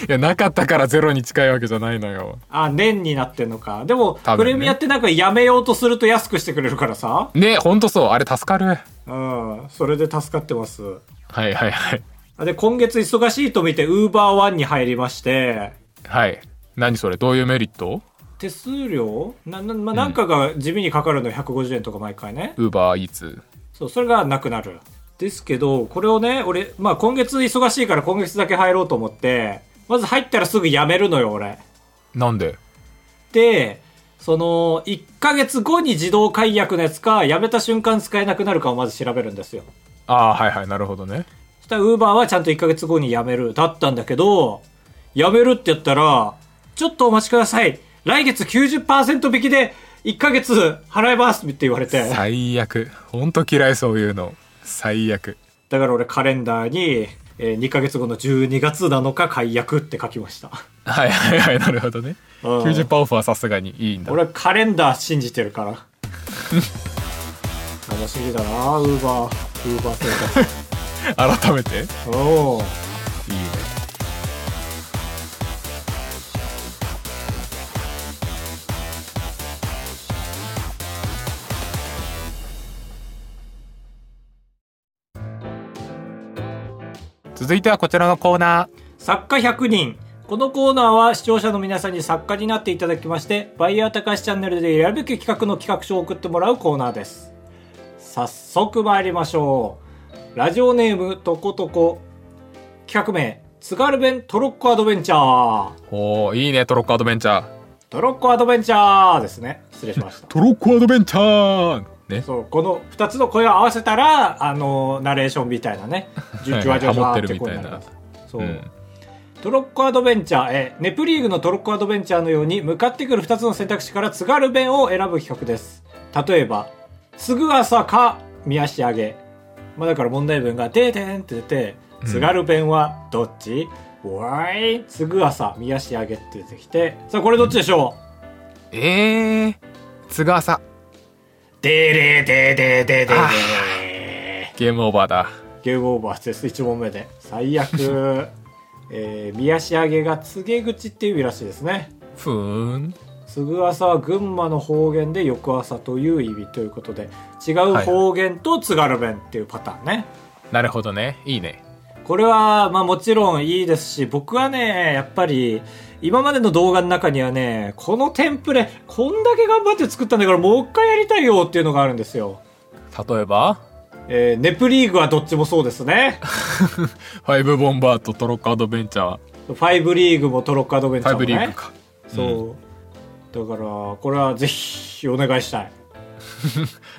B: やなかったからゼロに近いわけじゃないのよ
A: あ年になってんのかでも、プ
B: 多分ね
A: レミアってなんかやめようとすると安くしてくれるからさ
B: ねほんとそうあれ助かる
A: うんそれで助かってます
B: はいはいはい
A: あで今月忙しいと見てウーバーワンに入りまして
B: はい何それどういうメリット
A: 手数料なな,、まあ、なんかが地味にかかるの150円とか毎回ね、
B: ウーバーイーツ
A: そうそれがなくなるですけどこれをね俺、まあ、今月忙しいから今月だけ入ろうと思ってまず入ったらすぐやめるのよ俺
B: なんで
A: でその1ヶ月後に自動解約のやつかやめた瞬間使えなくなるかをまず調べるんですよ
B: ああはいはいなるほどね
A: そしたらウーバーはちゃんと1ヶ月後に辞めるだったんだけど辞めるって言ったらちょっとお待ちください来月90%引きで1ヶ月払いますって言われて
B: 最悪ほんと嫌いそういうの最悪
A: だから俺カレンダーに、えー2ヶ月後の12月7日解約って書きました
B: はいはいはいなるほどね
A: うん
B: 90%オフはさすがにいいんだ
A: 俺はカレンダー信じてるから楽しみだなウーバーウーバー生活
B: 改めていいね
A: おお
B: 続いてはこちらのコーナー
A: 作家100人このコーナーは視聴者の皆さんに作家になっていただきましてバイヤーたかしチャンネルでやるべき企画の企画書を送ってもらうコーナーです早速参りましょうラジオネームとことこ企画名津軽弁トロッコアドベンチャー
B: おーいいねトロッコアドベンチャー
A: トロッコアドベンチャーですね失礼しました
B: トロッコアドベンチャーね
A: そうこの2つの声を合わせたらあのナレーションみたいな <laughs> ねじゅじゅわじゅわじゅわってこうなりますそう、
B: うん
A: トロッコアドベンチャーえーネプリーグのトロッコアドベンチャーのように向かってくる2つの選択肢から津軽弁を選ぶ企画です例えば「すぐ朝か」「見足上げ」まあ、だから問題文が「でーでん」って出て「津軽弁はどっちわーいつぐあさ宮仕上げ」って出てきてさあこれどっちでしょう
B: えー、津川さ
A: でーれーでーでーでーでーで
B: あ
A: ー
B: ゲームオーバーだ
A: ゲームオーバーです1問目で最
B: <laughs>
A: 悪えー、宮仕上げが告げ口っていう意味らしいですね
B: ふーん
A: つぐ朝は群馬の方言で翌朝という意味ということで違う方言と津軽弁っていうパターンね、
B: なるほどねいいね
A: これはまあもちろんいいですし僕はねやっぱり今までの動画の中にはねこのテンプレこんだけ頑張って作ったんだからもう一回やりたいよっていうのがあるんですよ、
B: 例
A: <laughs>
B: えば
A: えーネプリーグはどっちもそうです
B: <laughs>
A: ね
B: ファイブボンバーとトロッコアドベンチャー
A: ファイブリーグもトロッコアドベン
B: フ
A: チャー
B: ァイ
A: も
B: ブ
A: ね
B: リーグか
A: そう、だからこれはぜひお願いしたい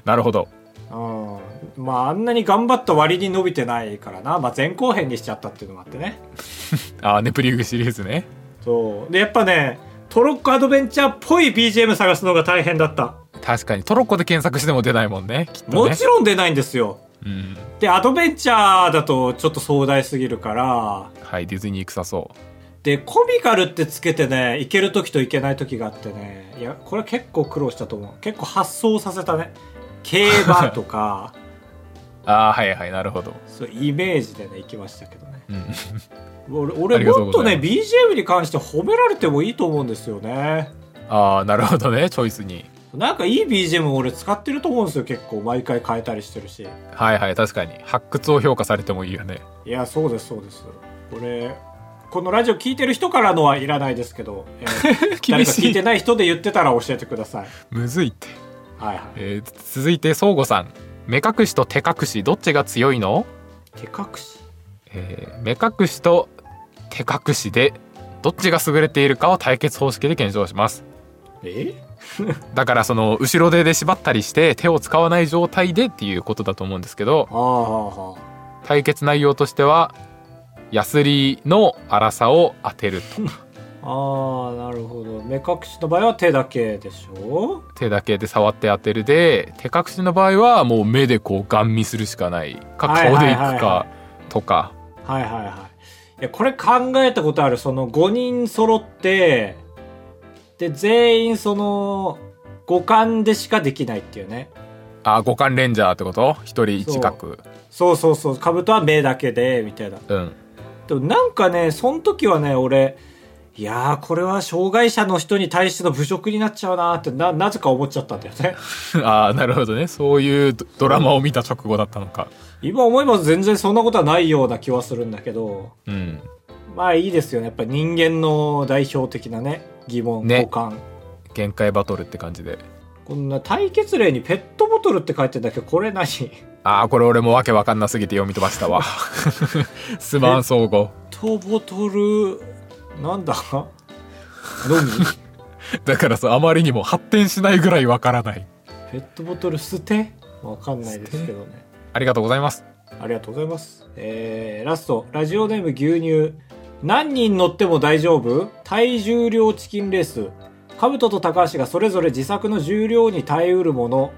B: なるほど
A: うんまああんなに頑張った割に伸びてないからな、まあ、前後編にしちゃったっていうのもあってね
B: あーネプリーグシリーズね
A: そうでやっぱねトロッコアドベンチャーっぽい BGM 探すのが大変だった、
B: 確かにトロッコで検索しても出ないもんねきっと
A: も
B: ね
A: ちろん出ないんですよ
B: うん
A: でアドベンチャーだとちょっと壮大すぎるから
B: はいディズニー臭そう
A: でコミカルってつけてねいける時といけない時があってねいやこれ結構苦労したと思う結構発想させたね競馬とか
B: ああはいはいなるほど、
A: そうイメージでね行きましたけどね
B: うん、
A: 俺
B: あ
A: 俺
B: りがとう
A: もっ
B: ご
A: と
B: ざ
A: ね
B: いま
A: BGM に関して褒められてもいいと思うんですよね
B: ああなるほどねチョイスに
A: なんかいい BGM 俺使ってると思うんですよ結構毎回変えたりしてるし
B: はいはい確かに発掘を評価されてもいいよ
A: <laughs>
B: ね
A: いやそうですそうですこれこのラジオ聞いてる人からのはいらないですけど、え
B: <laughs>
A: ー誰か聞いてない人で言ってたら教えてください
B: むずいって、
A: はいはい
B: えーつ続いて相互さん目隠しと手隠しどっちが強いの、
A: 手隠し
B: えー目隠しと手隠しでどっちが優れているかを対決方式で検証します
A: え
B: だからその後ろ手で縛ったりして手を使わない状態でっていうことだと思うんですけど
A: ああはあ
B: 対決内容としてはヤスリの粗さを当てると
A: ああなるほど目隠しの場合は手だけでしょ
B: 手だけで触って当てるで手隠しの場合はもう目でこうガン見するしかないか
A: はい
B: 顔
A: はい
B: で
A: はいいはい
B: くかとか
A: はいはいはい。いや、これ考えたことある。その5人揃って、で、全員その、五感でしかできないっていうね。
B: あ五感レンジャーってこと一人一角
A: そうそうそう。カブトは目だけで、みたいな。
B: うん <laughs>
A: でもなんかね、その時はね、俺、いやー、これは障害者の人に対しての侮辱になっちゃうなーってな、なぜか思っちゃったんだよね。 <laughs>
B: ああなるほどねそういうドドラマを見た直後だったのか
A: 今思えば全然そんなことはないような気はするんだけど、
B: うん
A: まあいいですよね。やっぱ人間の代表的なね、疑問、
B: ね
A: 五感。
B: 限界バトルって感じで
A: こんな対決例にペットボトルって書いてんだけど、これ何ペ
B: ああこれ俺もわけわかんなすぎて読み飛ばしたわ <laughs> すまん総合
A: ットボトル、なん <laughs> だのみ
B: だからさあまりにも発展しないぐらいわからない
A: ペットボトル捨てわかんないですけどね。
B: ありがとうございます
A: ありがとうございます。えー、ラスト、ラジオネーム牛乳。何人乗っても大丈夫体重量チキンレース。カブトと高橋がそれぞれ自作の重量に耐えうるもの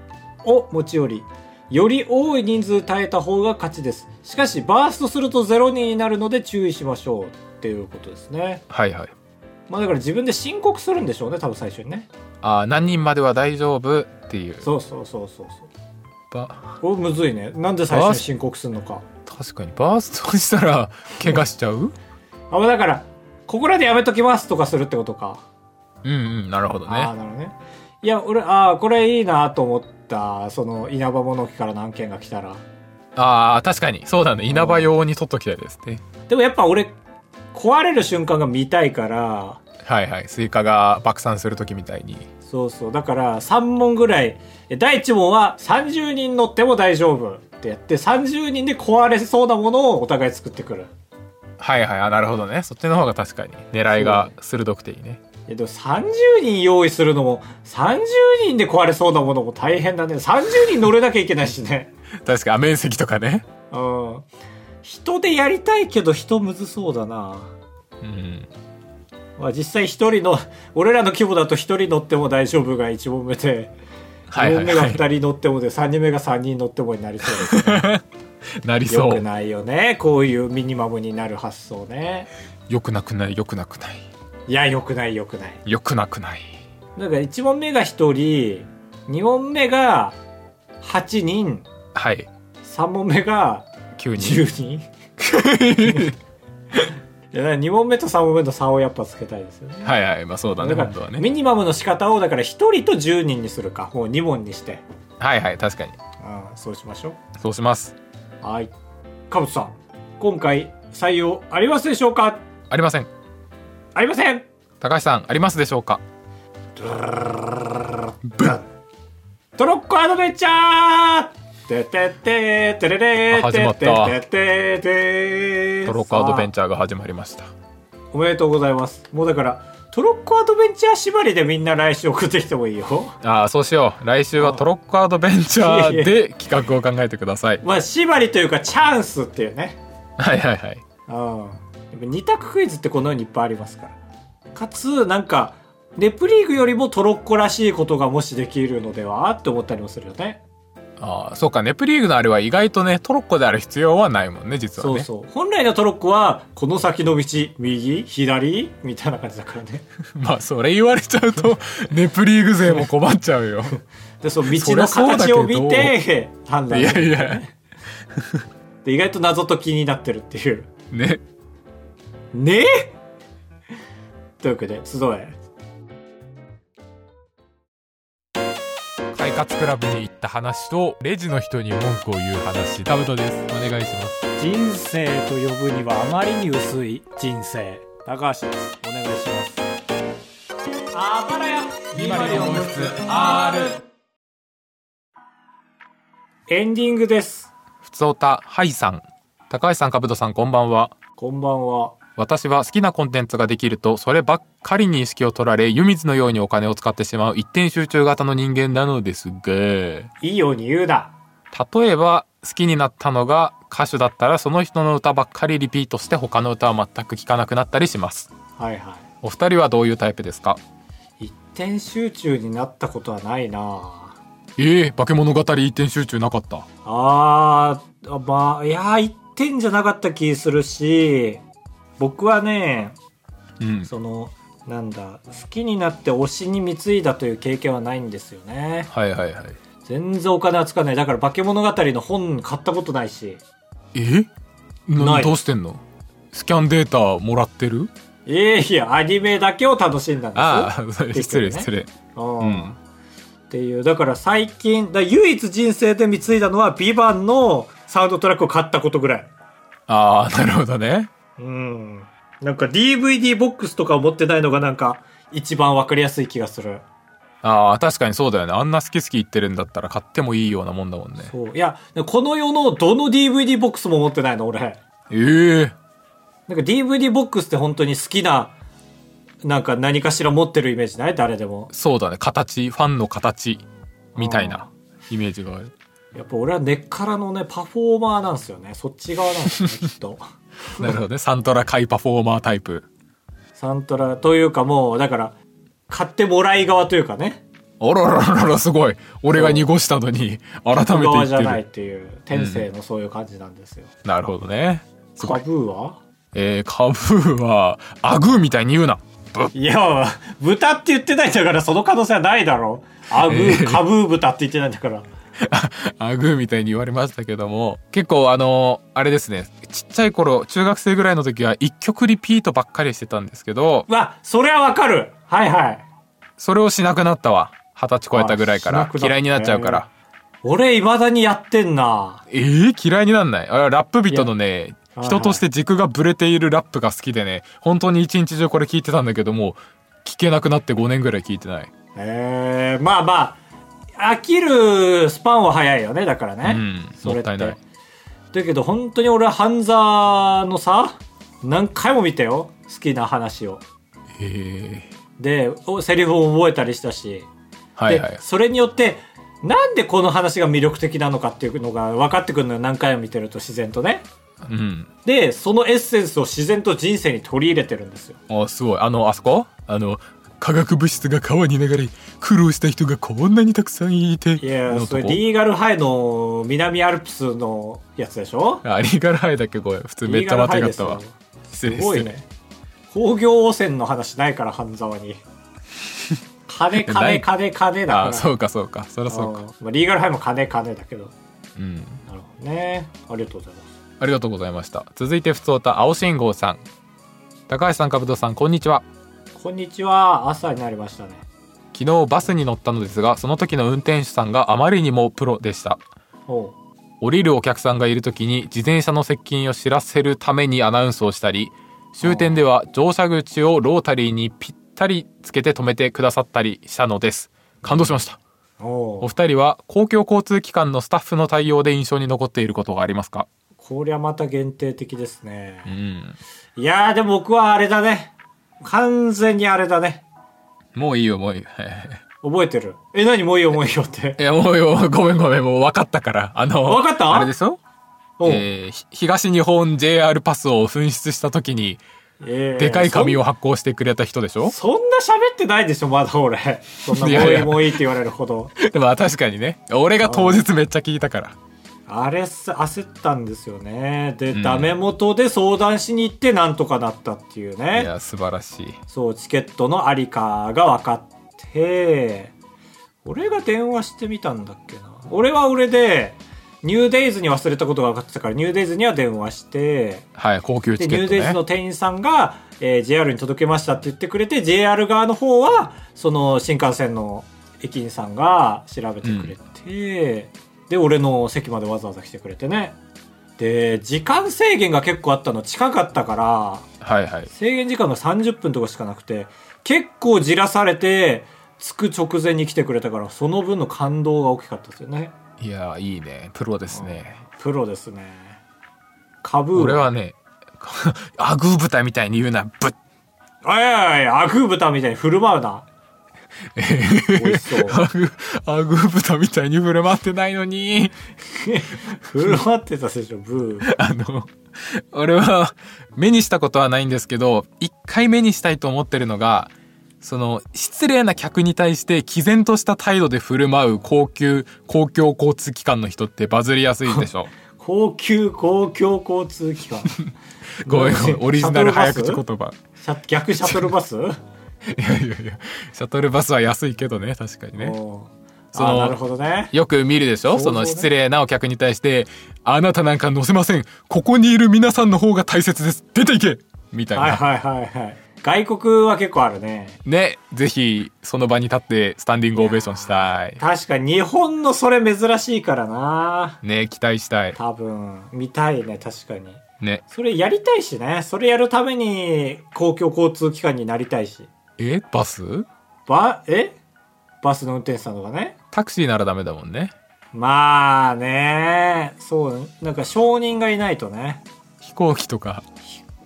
A: を持ち寄り、より多い人数耐えた方が勝ちです。しかし、バーストすると0人になるので注意しましょう。っていうことですね。
B: はいはい
A: まあだから自分で申告するんでしょうね、多分最初にね。
B: あー何人までは大丈夫っていう
A: そうそうそうそうそう。
B: ば
A: これむずいね。なんで最初に申告するのか。
B: 確かにバーストしたら怪我しちゃう
A: あ、まあだから、ここらでやめときますとかするってことか。
B: うんうんなるほど
A: ああ、
B: ね
A: なるほどね。いや、俺、ああ、これいいなと思った、その、稲葉物置からの案件が来たら。
B: ああー確かにそうだね稲葉用に取っときたいですね
A: でもやっぱ俺、壊れる瞬間が見たいから、
B: はいはいスイカが爆散する時みたいに
A: そうそう。だから、3問ぐらい、え第1問は30人乗っても大丈夫ってやって、30人で壊れそうなものをお互い作ってくる。
B: はいはいあなるほどねそっちの方が確かに狙いが鋭くていいね
A: えでも30人用意するのも、30人で壊れそうなものも大変だね。30人乗れなきゃいけないしね。
B: 確かにあ面積とかね
A: うん。人でやりたいけど人むずそうだな。
B: うん
A: まあ、実際一人の俺らの規模だと一人乗っても大丈夫が1問目で
B: はい
A: 2
B: は
A: 問目
B: いは
A: が
B: い
A: 2人乗ってもで3人目が3人乗ってもになりそうですね
B: なり
A: よ
B: そ
A: く
B: う
A: ないよねこういうミニマムになる発想ね
B: よくなくないよくなくない
A: いやよくないよくない
B: よくなくない
A: だから1問目が1人2問目が8人
B: はい
A: 3問目が
B: 急に
A: 10人
B: <laughs>
A: いやだから2問目と3問目の差をやっぱつけたいですよね
B: はいはいまあそうだね
A: だ
B: 本当
A: か
B: は
A: ら、
B: ね
A: ミニマムの仕方をだから1人と10人にするかもう2問にして、
B: はいはい確かに
A: うん、そうしましょ
B: そうします
A: うはいかぶとさん今回採用ありますでしょうか
B: ありません
A: ありません
B: 高橋さんありますでしょうか
A: トロッコアドベンチャーててててれれ
B: あ始まった
A: てててて
B: トロッコアドベン
A: チ
B: チャーが始まりました
A: ャーおめでとうございますもうだからトロッコアドベンチャー縛りでみんな来週送ってきてもいいよ
B: ああそうしよう来週はトロッコアドベンチャーで企画を考えてください
A: まあ縛りというかチャンスっていうね
B: はいはいはい
A: うんやっぱ二択クイズってこのようにいっぱいありますからかつなんかレプリーグよりもトロッコらしいことがもしできるのではって思ったりもするよね
B: ああそうかネプリーグのあれは意外とねトロッコである必要はないもんね実は
A: そう
B: ね
A: そう本来のトロッコはこの先の道右左みたいな感じだから
B: <laughs>
A: ね
B: まあそれ言われちゃ
A: <laughs>
B: うとネプリーグ勢も困っちゃうよ
A: でその
B: そ
A: 道
B: り
A: の
B: ゃそうだけ
A: 形
B: ど
A: を見て判
B: い
A: 断
B: やいや
A: で意外と謎解きになってるっていう
B: ね
A: ね <laughs> えというわけで集え
B: 快活クラブに行った話とレジの人に文句を言う話タブトですお願いします
A: 人生と呼ぶにはあまりに薄い人生高橋ですお願いしますあばらやエンディングです
B: ふつおたはいさん高橋さんかぶとさんこんばんは
A: こんばんは
B: 私は好きなコンテンツができるとそればっかりに意識を取られ湯水のようにお金を使ってしまう一点集中型の人間なのですが例
A: いいように言うな
B: えば好きになったのが歌手だったらその人の歌ばっかりリピートして他の歌は全く聴かなくなったりします
A: はいは
B: お二人はどういうタイプですか
A: い一点集中になったことはないな
B: ええ化け物語一点集中なかった
A: あーあまあいやー一点じゃなかった気するし僕はね
B: うん
A: そのなんだ好きになって推しに貢いだという経験はないんですよね
B: はいはいはい
A: 全然お金はつかないだから化け物語の本買ったことないし
B: え
A: ない
B: どうしてんのスキャンデータもらってる
A: いやいやアニメだけを楽しんだんです
B: ああ失礼
A: 結
B: 失
A: 局ね
B: 礼
A: うん
B: うん
A: っていうだから最近だから唯一人生で貢いだのは「ビバンのサウンドトラックを買ったことぐらい
B: ああなるほどね
A: うんなんか DVD ボックスとかを持ってないのがなんか一番わかりやすい気がする
B: ああ確かにそうだよねあんな好き好き言ってるんだったら買ってもいいようなもんだもんね
A: そういやこの世のどの DVD ボックスも持ってないの俺
B: ええ
A: なんか DVD ボックスって本当に好きな、なんか何かしら持ってるイメージない誰でも。
B: そうだね形ファンの形みたいなイメージがある
A: やっぱ俺は根っからのね、パフォーマーなんですよね。そっち側なんですよ
B: <laughs>
A: ね、きっと。
B: なるほどねサントラ買いパフォーマータイプ
A: サントラというかもう、だから、買ってもらい側というかね。
B: あらららららすごい俺が濁したのに改めて言
A: 側
B: っ
A: じゃ
B: て
A: ないっ
B: る
A: ていう、天性のそういう感じなんですよ。
B: なるほどね
A: カブーは
B: えー、カブーはアグーみたいに言うない
A: や、豚って言ってないんだから、その可能性はないだろ。アブー、カブー豚って言ってないんだから。
B: <laughs> アグーみたいに言われましたけども結構あのあれですねちっちゃい頃中学生ぐらいの時は一曲リピートばっかりしてたんですけど
A: うわ、それはわかる。はいはい。
B: それをしなくなったわ二十歳超えたぐらいか
A: あし
B: ら
A: なくなった
B: 嫌いになっちゃうから
A: 俺、未だにやってんな。
B: えー、嫌いになんないあラップ人のね
A: や
B: 人として軸がぶれているラップが好きでね本当に一日中これ聞いてたんだけども聞けなくなって5年ぐらい聞いてない
A: えー、まあまあ飽きるスパンは早いよねだからね、
B: うん
A: それって
B: もったいない
A: だけど本当に俺は半沢のさ何回も見たよ好きな話を
B: へえ
A: でおセリフを覚えたりしたし、
B: はいはい
A: でそれによってなんでこの話が魅力的なのかっていうのが分かってくるのよ何回も見てると自然とね
B: うん
A: でそのエッセンスを自然と人生に取り入れてるんですよ
B: あすごいあのあそこあの化学物質が川に流れ苦労した人がこんなにたくさんいて
A: いや
B: の
A: そ
B: と
A: れ
B: こ
A: リーガルハイの南アルプスのやつでしょ
B: あリーガルハイだっけこれ普通めっちゃ間違ったわ
A: リーガルハイですよ
B: 失礼
A: すごい
B: 失礼
A: ね工業汚染の話ないから半沢
B: <laughs>
A: に金
B: な
A: 金
B: い
A: 金金だから
B: あそうかそうかそりゃそうか
A: うんまあ、リーガルハイも金金だけど
B: うん
A: なるほどねありがとうございます
B: ありがとうございました続いてふつおた青信号さん高橋さんかぶとさんこんにちは
A: こんにちは朝になりましたね
B: 昨日バスに乗ったのですがその時の運転手さんがあまりにもプロでした
A: おう
B: 降りるお客さんがいる時に自転車の接近を知らせるためにアナウンスをしたり終点では乗車口をロータリーにぴったりつけて止めてくださったりしたのです感動しました
A: お
B: お
A: う
B: 二人は公共交通機関のスタッフの対応で印象に残っていることがありますか
A: こりゃまた限定的ですね
B: うん
A: いやーでも僕はあれだね完全にあれだね
B: もういいよもういいよ <laughs>
A: 覚えてるえ何もういいよもういいよって
B: いやもうよごめんごめんもう分かったからあの
A: 分かった
B: あれですよ
A: おう
B: えーひ東日本 JR パスを紛失した時に
A: えー
B: でかい紙を発行してくれた人でしょ
A: そんそんな喋ってないでしょまだ俺そんなもういい
B: いやいや
A: もういいって言われるほど
B: <laughs> でも確かにね俺が当日めっちゃ聞いたから
A: あれさ焦ったんですよねで、
B: うん
A: ダメ元で相談しに行ってなんとかなったっていう
B: い
A: ね
B: や素晴らしい
A: そうチケットのありかが分かって俺が電話してみたんだっけな俺は俺でニューデイズに忘れたことが分かってたからニューデイズには電話して
B: はい高級
A: で、
B: チ
A: ニ
B: ケ
A: ュー
B: ット
A: デイズ
B: ね
A: の店員さんが、えー JR に届けましたって言ってくれて、JR 側の方は、その新幹線の駅員さんが調べてくれて、で、俺の席までわざわざ来てくれてね。で、時間制限が結構あったの近かったから、
B: はいはい
A: 制限時間が30分とかしかなくて、結構じらされて、着く直前に来てくれたから、その分の感動が大きかったですよね。
B: いやいいねプロですね
A: プロですね。カブー
B: 俺はね <laughs> アグー豚みたいに言うなぶっ
A: あいやいや、アグー豚みたいに振る舞うな。 <laughs> 美味しそう。
B: アグアグー豚みたいに振る舞ってないのに
A: 振る舞ってたでしょ、ブー。
B: あの俺は目にしたことはないんですけど一回目にしたいと思ってるのがその失礼な客に対して毅然とした態度で振る舞う高級公共交通機関の人ってバズりやすいでしょ
A: 高級公共交通機関。
B: ごめんごめんオリジナル早口
A: シャ
B: 言
A: トルバ
B: 葉 <laughs>
A: スシャ逆シャトル <laughs> バス
B: いやいやいやシャトルバスは安いけどね確かにね
A: おう
B: そ
A: あ
B: の
A: なるほどね。
B: よく見るでしょ
A: そう
B: そ,、
A: そうね
B: の失礼なお客に対して「あなたなんか乗せませんここにいる皆さんの方が大切です出ていけ!」みたいな、
A: はいはいはいはい。外国は結構あるね。
B: ねぜひその場に立ってスタンディングオベーションしたい
A: 確かに日本のそれ珍しいからな。
B: ね期待したい
A: 多分、見たいね、確かに。
B: ね
A: それやりたいしね。それやるために公共交通機関になりたいし。
B: えバス
A: ば、えバスの運転手さんとかね。
B: タクシーならダメだもんね
A: まあね、そう、なんか証人がいないとね。
B: 飛行機とか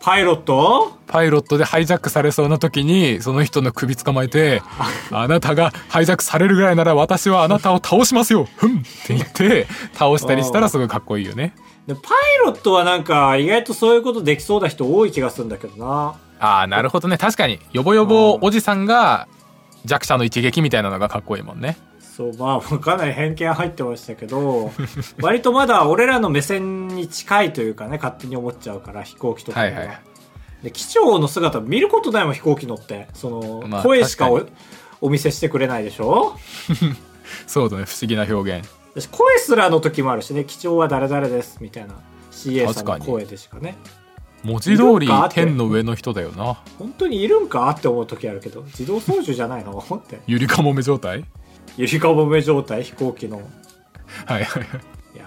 A: パイロット
B: パイロットでハイジャックされそうな時にその人の首捕まえて「あなたがハイジャックされるぐらいなら私はあなたを倒しますよ!」ふんって言って倒したりしたらすごいかっこいいよね
A: でパイロットはなんか意外とそういうことできそうな人多い気がするんだけどな。
B: ああなるほどね確かにヨボヨボおじさんが弱者の一撃みたいなのがかっこいいもんね
A: そう、まあ <laughs> かなり偏見入ってましたけど、
B: <laughs>
A: 割とまだ俺らの目線に近いというかね、勝手に思っちゃうから、飛行機とか
B: は
A: に
B: いはい
A: で、機長の姿見ることないもん、飛行機乗って。その、
B: まあ
A: 声しかお
B: 確
A: お見せしてくれないでしょ
B: そうだね不思議な表現
A: 私声すらの時もあるしね貴重は誰々ですみたいな CA さん
B: 確か
A: の
B: に
A: 声でしかね
B: 文字通
A: いる
B: り
A: かって
B: 天の上の人だよな
A: 本当にいるんかって思う時あるけど自動操縦じゃないの <laughs> って
B: ゆりかもめ状態
A: ゆりかもめ状態飛行機の
B: はいはいはい
A: いや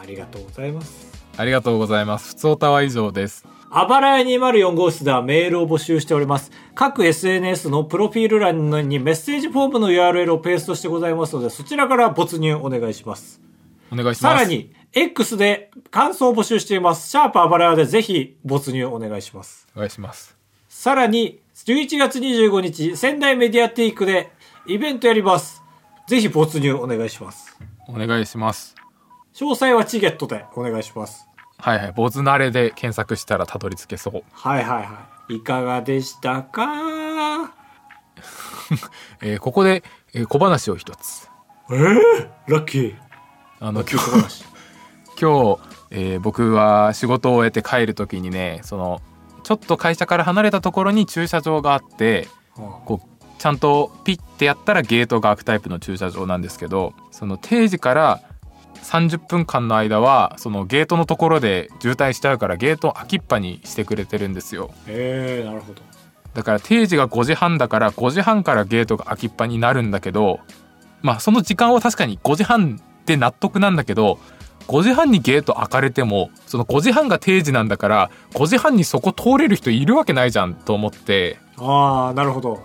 A: ーありがとうございます
B: ありがとうございます。ふつおたは以上です。
A: あばらや204号室ではメールを募集しております。各 SNS のプロフィール欄にメッセージフォームの URL をペーストしてございますので、そちらから没入お願いします。
B: お願いし
A: さ
B: ます。
A: ら。に、X で感想を募集しています。シャープあばらやでぜひ没入お願いします。
B: お願いします。
A: さらに、11月25日、仙台メディアティークでイベントやります。ぜひ没入お願いします。
B: お願いします。
A: 詳細はチゲットでお願いします。
B: はいはい。坊主慣れで検索したらたどり着けそう。
A: はいはいはい。いかがでしたか
B: えーここで、えー小話を一つ。
A: えー、ラッキー。
B: あの、
A: 今日小話。
B: 今日、えー僕は仕事を終えて帰る時にねそのちょっと会社から離れたところに駐車場があってこ <laughs> うちゃんとピッてやったらゲートが開くタイプの駐車場なんですけどその定時から30分間の間はそのゲートのところで渋滞しちゃうからゲートを開きっぱにしてくれてるんですよ
A: えー、なるほど。
B: だから定時が5時半だから5時半からゲートが開きっぱになるんだけどまあその時間は確かに5時半で納得なんだけど5時半にゲート開かれてもその5時半が定時なんだから5時半にそこ通れる人いるわけないじゃんと思って
A: ああ、なるほど。
B: だか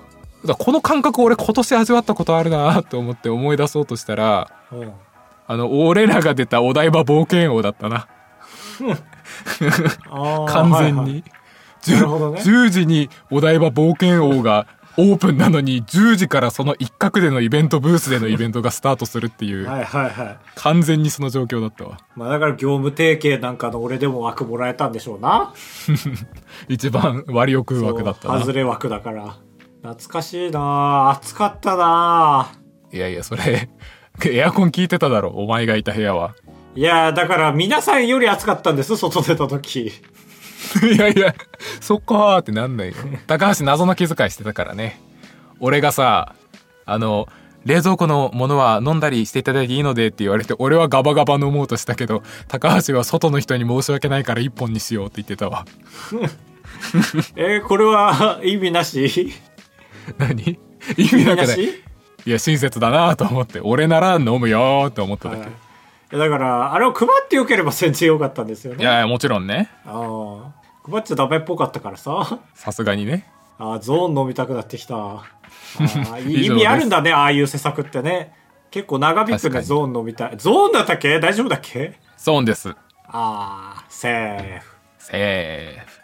B: らこの感覚俺今年味わったことあるなと思って思い出そうとしたら
A: うん。
B: あの俺らが出たお台場冒険王だったな
A: あー
B: 完全に。
A: はいはい
B: 10
A: なるほどね
B: 10時にお台場冒険王がオープンなのに10時からその一角でのイベントブースでのイベントがスタートするっていう、
A: はいはいはい。
B: 完全にその状況だったわ
A: まあだから業務提携なんかの俺でも枠もらえたんでしょうな。
B: 一番割を食う枠だった
A: そう
B: な
A: 外れ枠だから。懐かしいなあ暑かったなあ
B: いやいやそれ <laughs> エアコン効いてただろお前がいた部屋は
A: いやーだから皆さんより暑かったんです、外出た時。 <laughs>
B: <laughs> いやいやそっかーってなんないよ高橋謎の気遣いしてたからね俺がさあの冷蔵庫のものは飲んだりしていただいていいのでって言われて俺はガバガバ飲もうとしたけど高橋は外の人に申し訳ないから一本にしようって言ってたわ <laughs>
A: えーこれは意味なし
B: 何 <laughs> 意味なくない
A: し
B: いや親切だなと思って俺なら飲むよーって思っただ
A: はい
B: け、
A: い
B: い、
A: やだから、あれを配ってよければ全然良かったんですよね。
B: やいやもちろんね
A: あー配っちゃダメっぽかったからさ。
B: さすがにね
A: あーゾーン飲みたくなってきた。あ
B: <laughs>
A: ー
B: 以上です
A: 意味あるんだね、ああいう施策ってね。結構長引く
B: 確か
A: ね、
B: に
A: ゾーン飲みたい。ゾーンだったっけ大丈夫だっけ
B: そうです
A: ああ、セーフ。
B: セーフ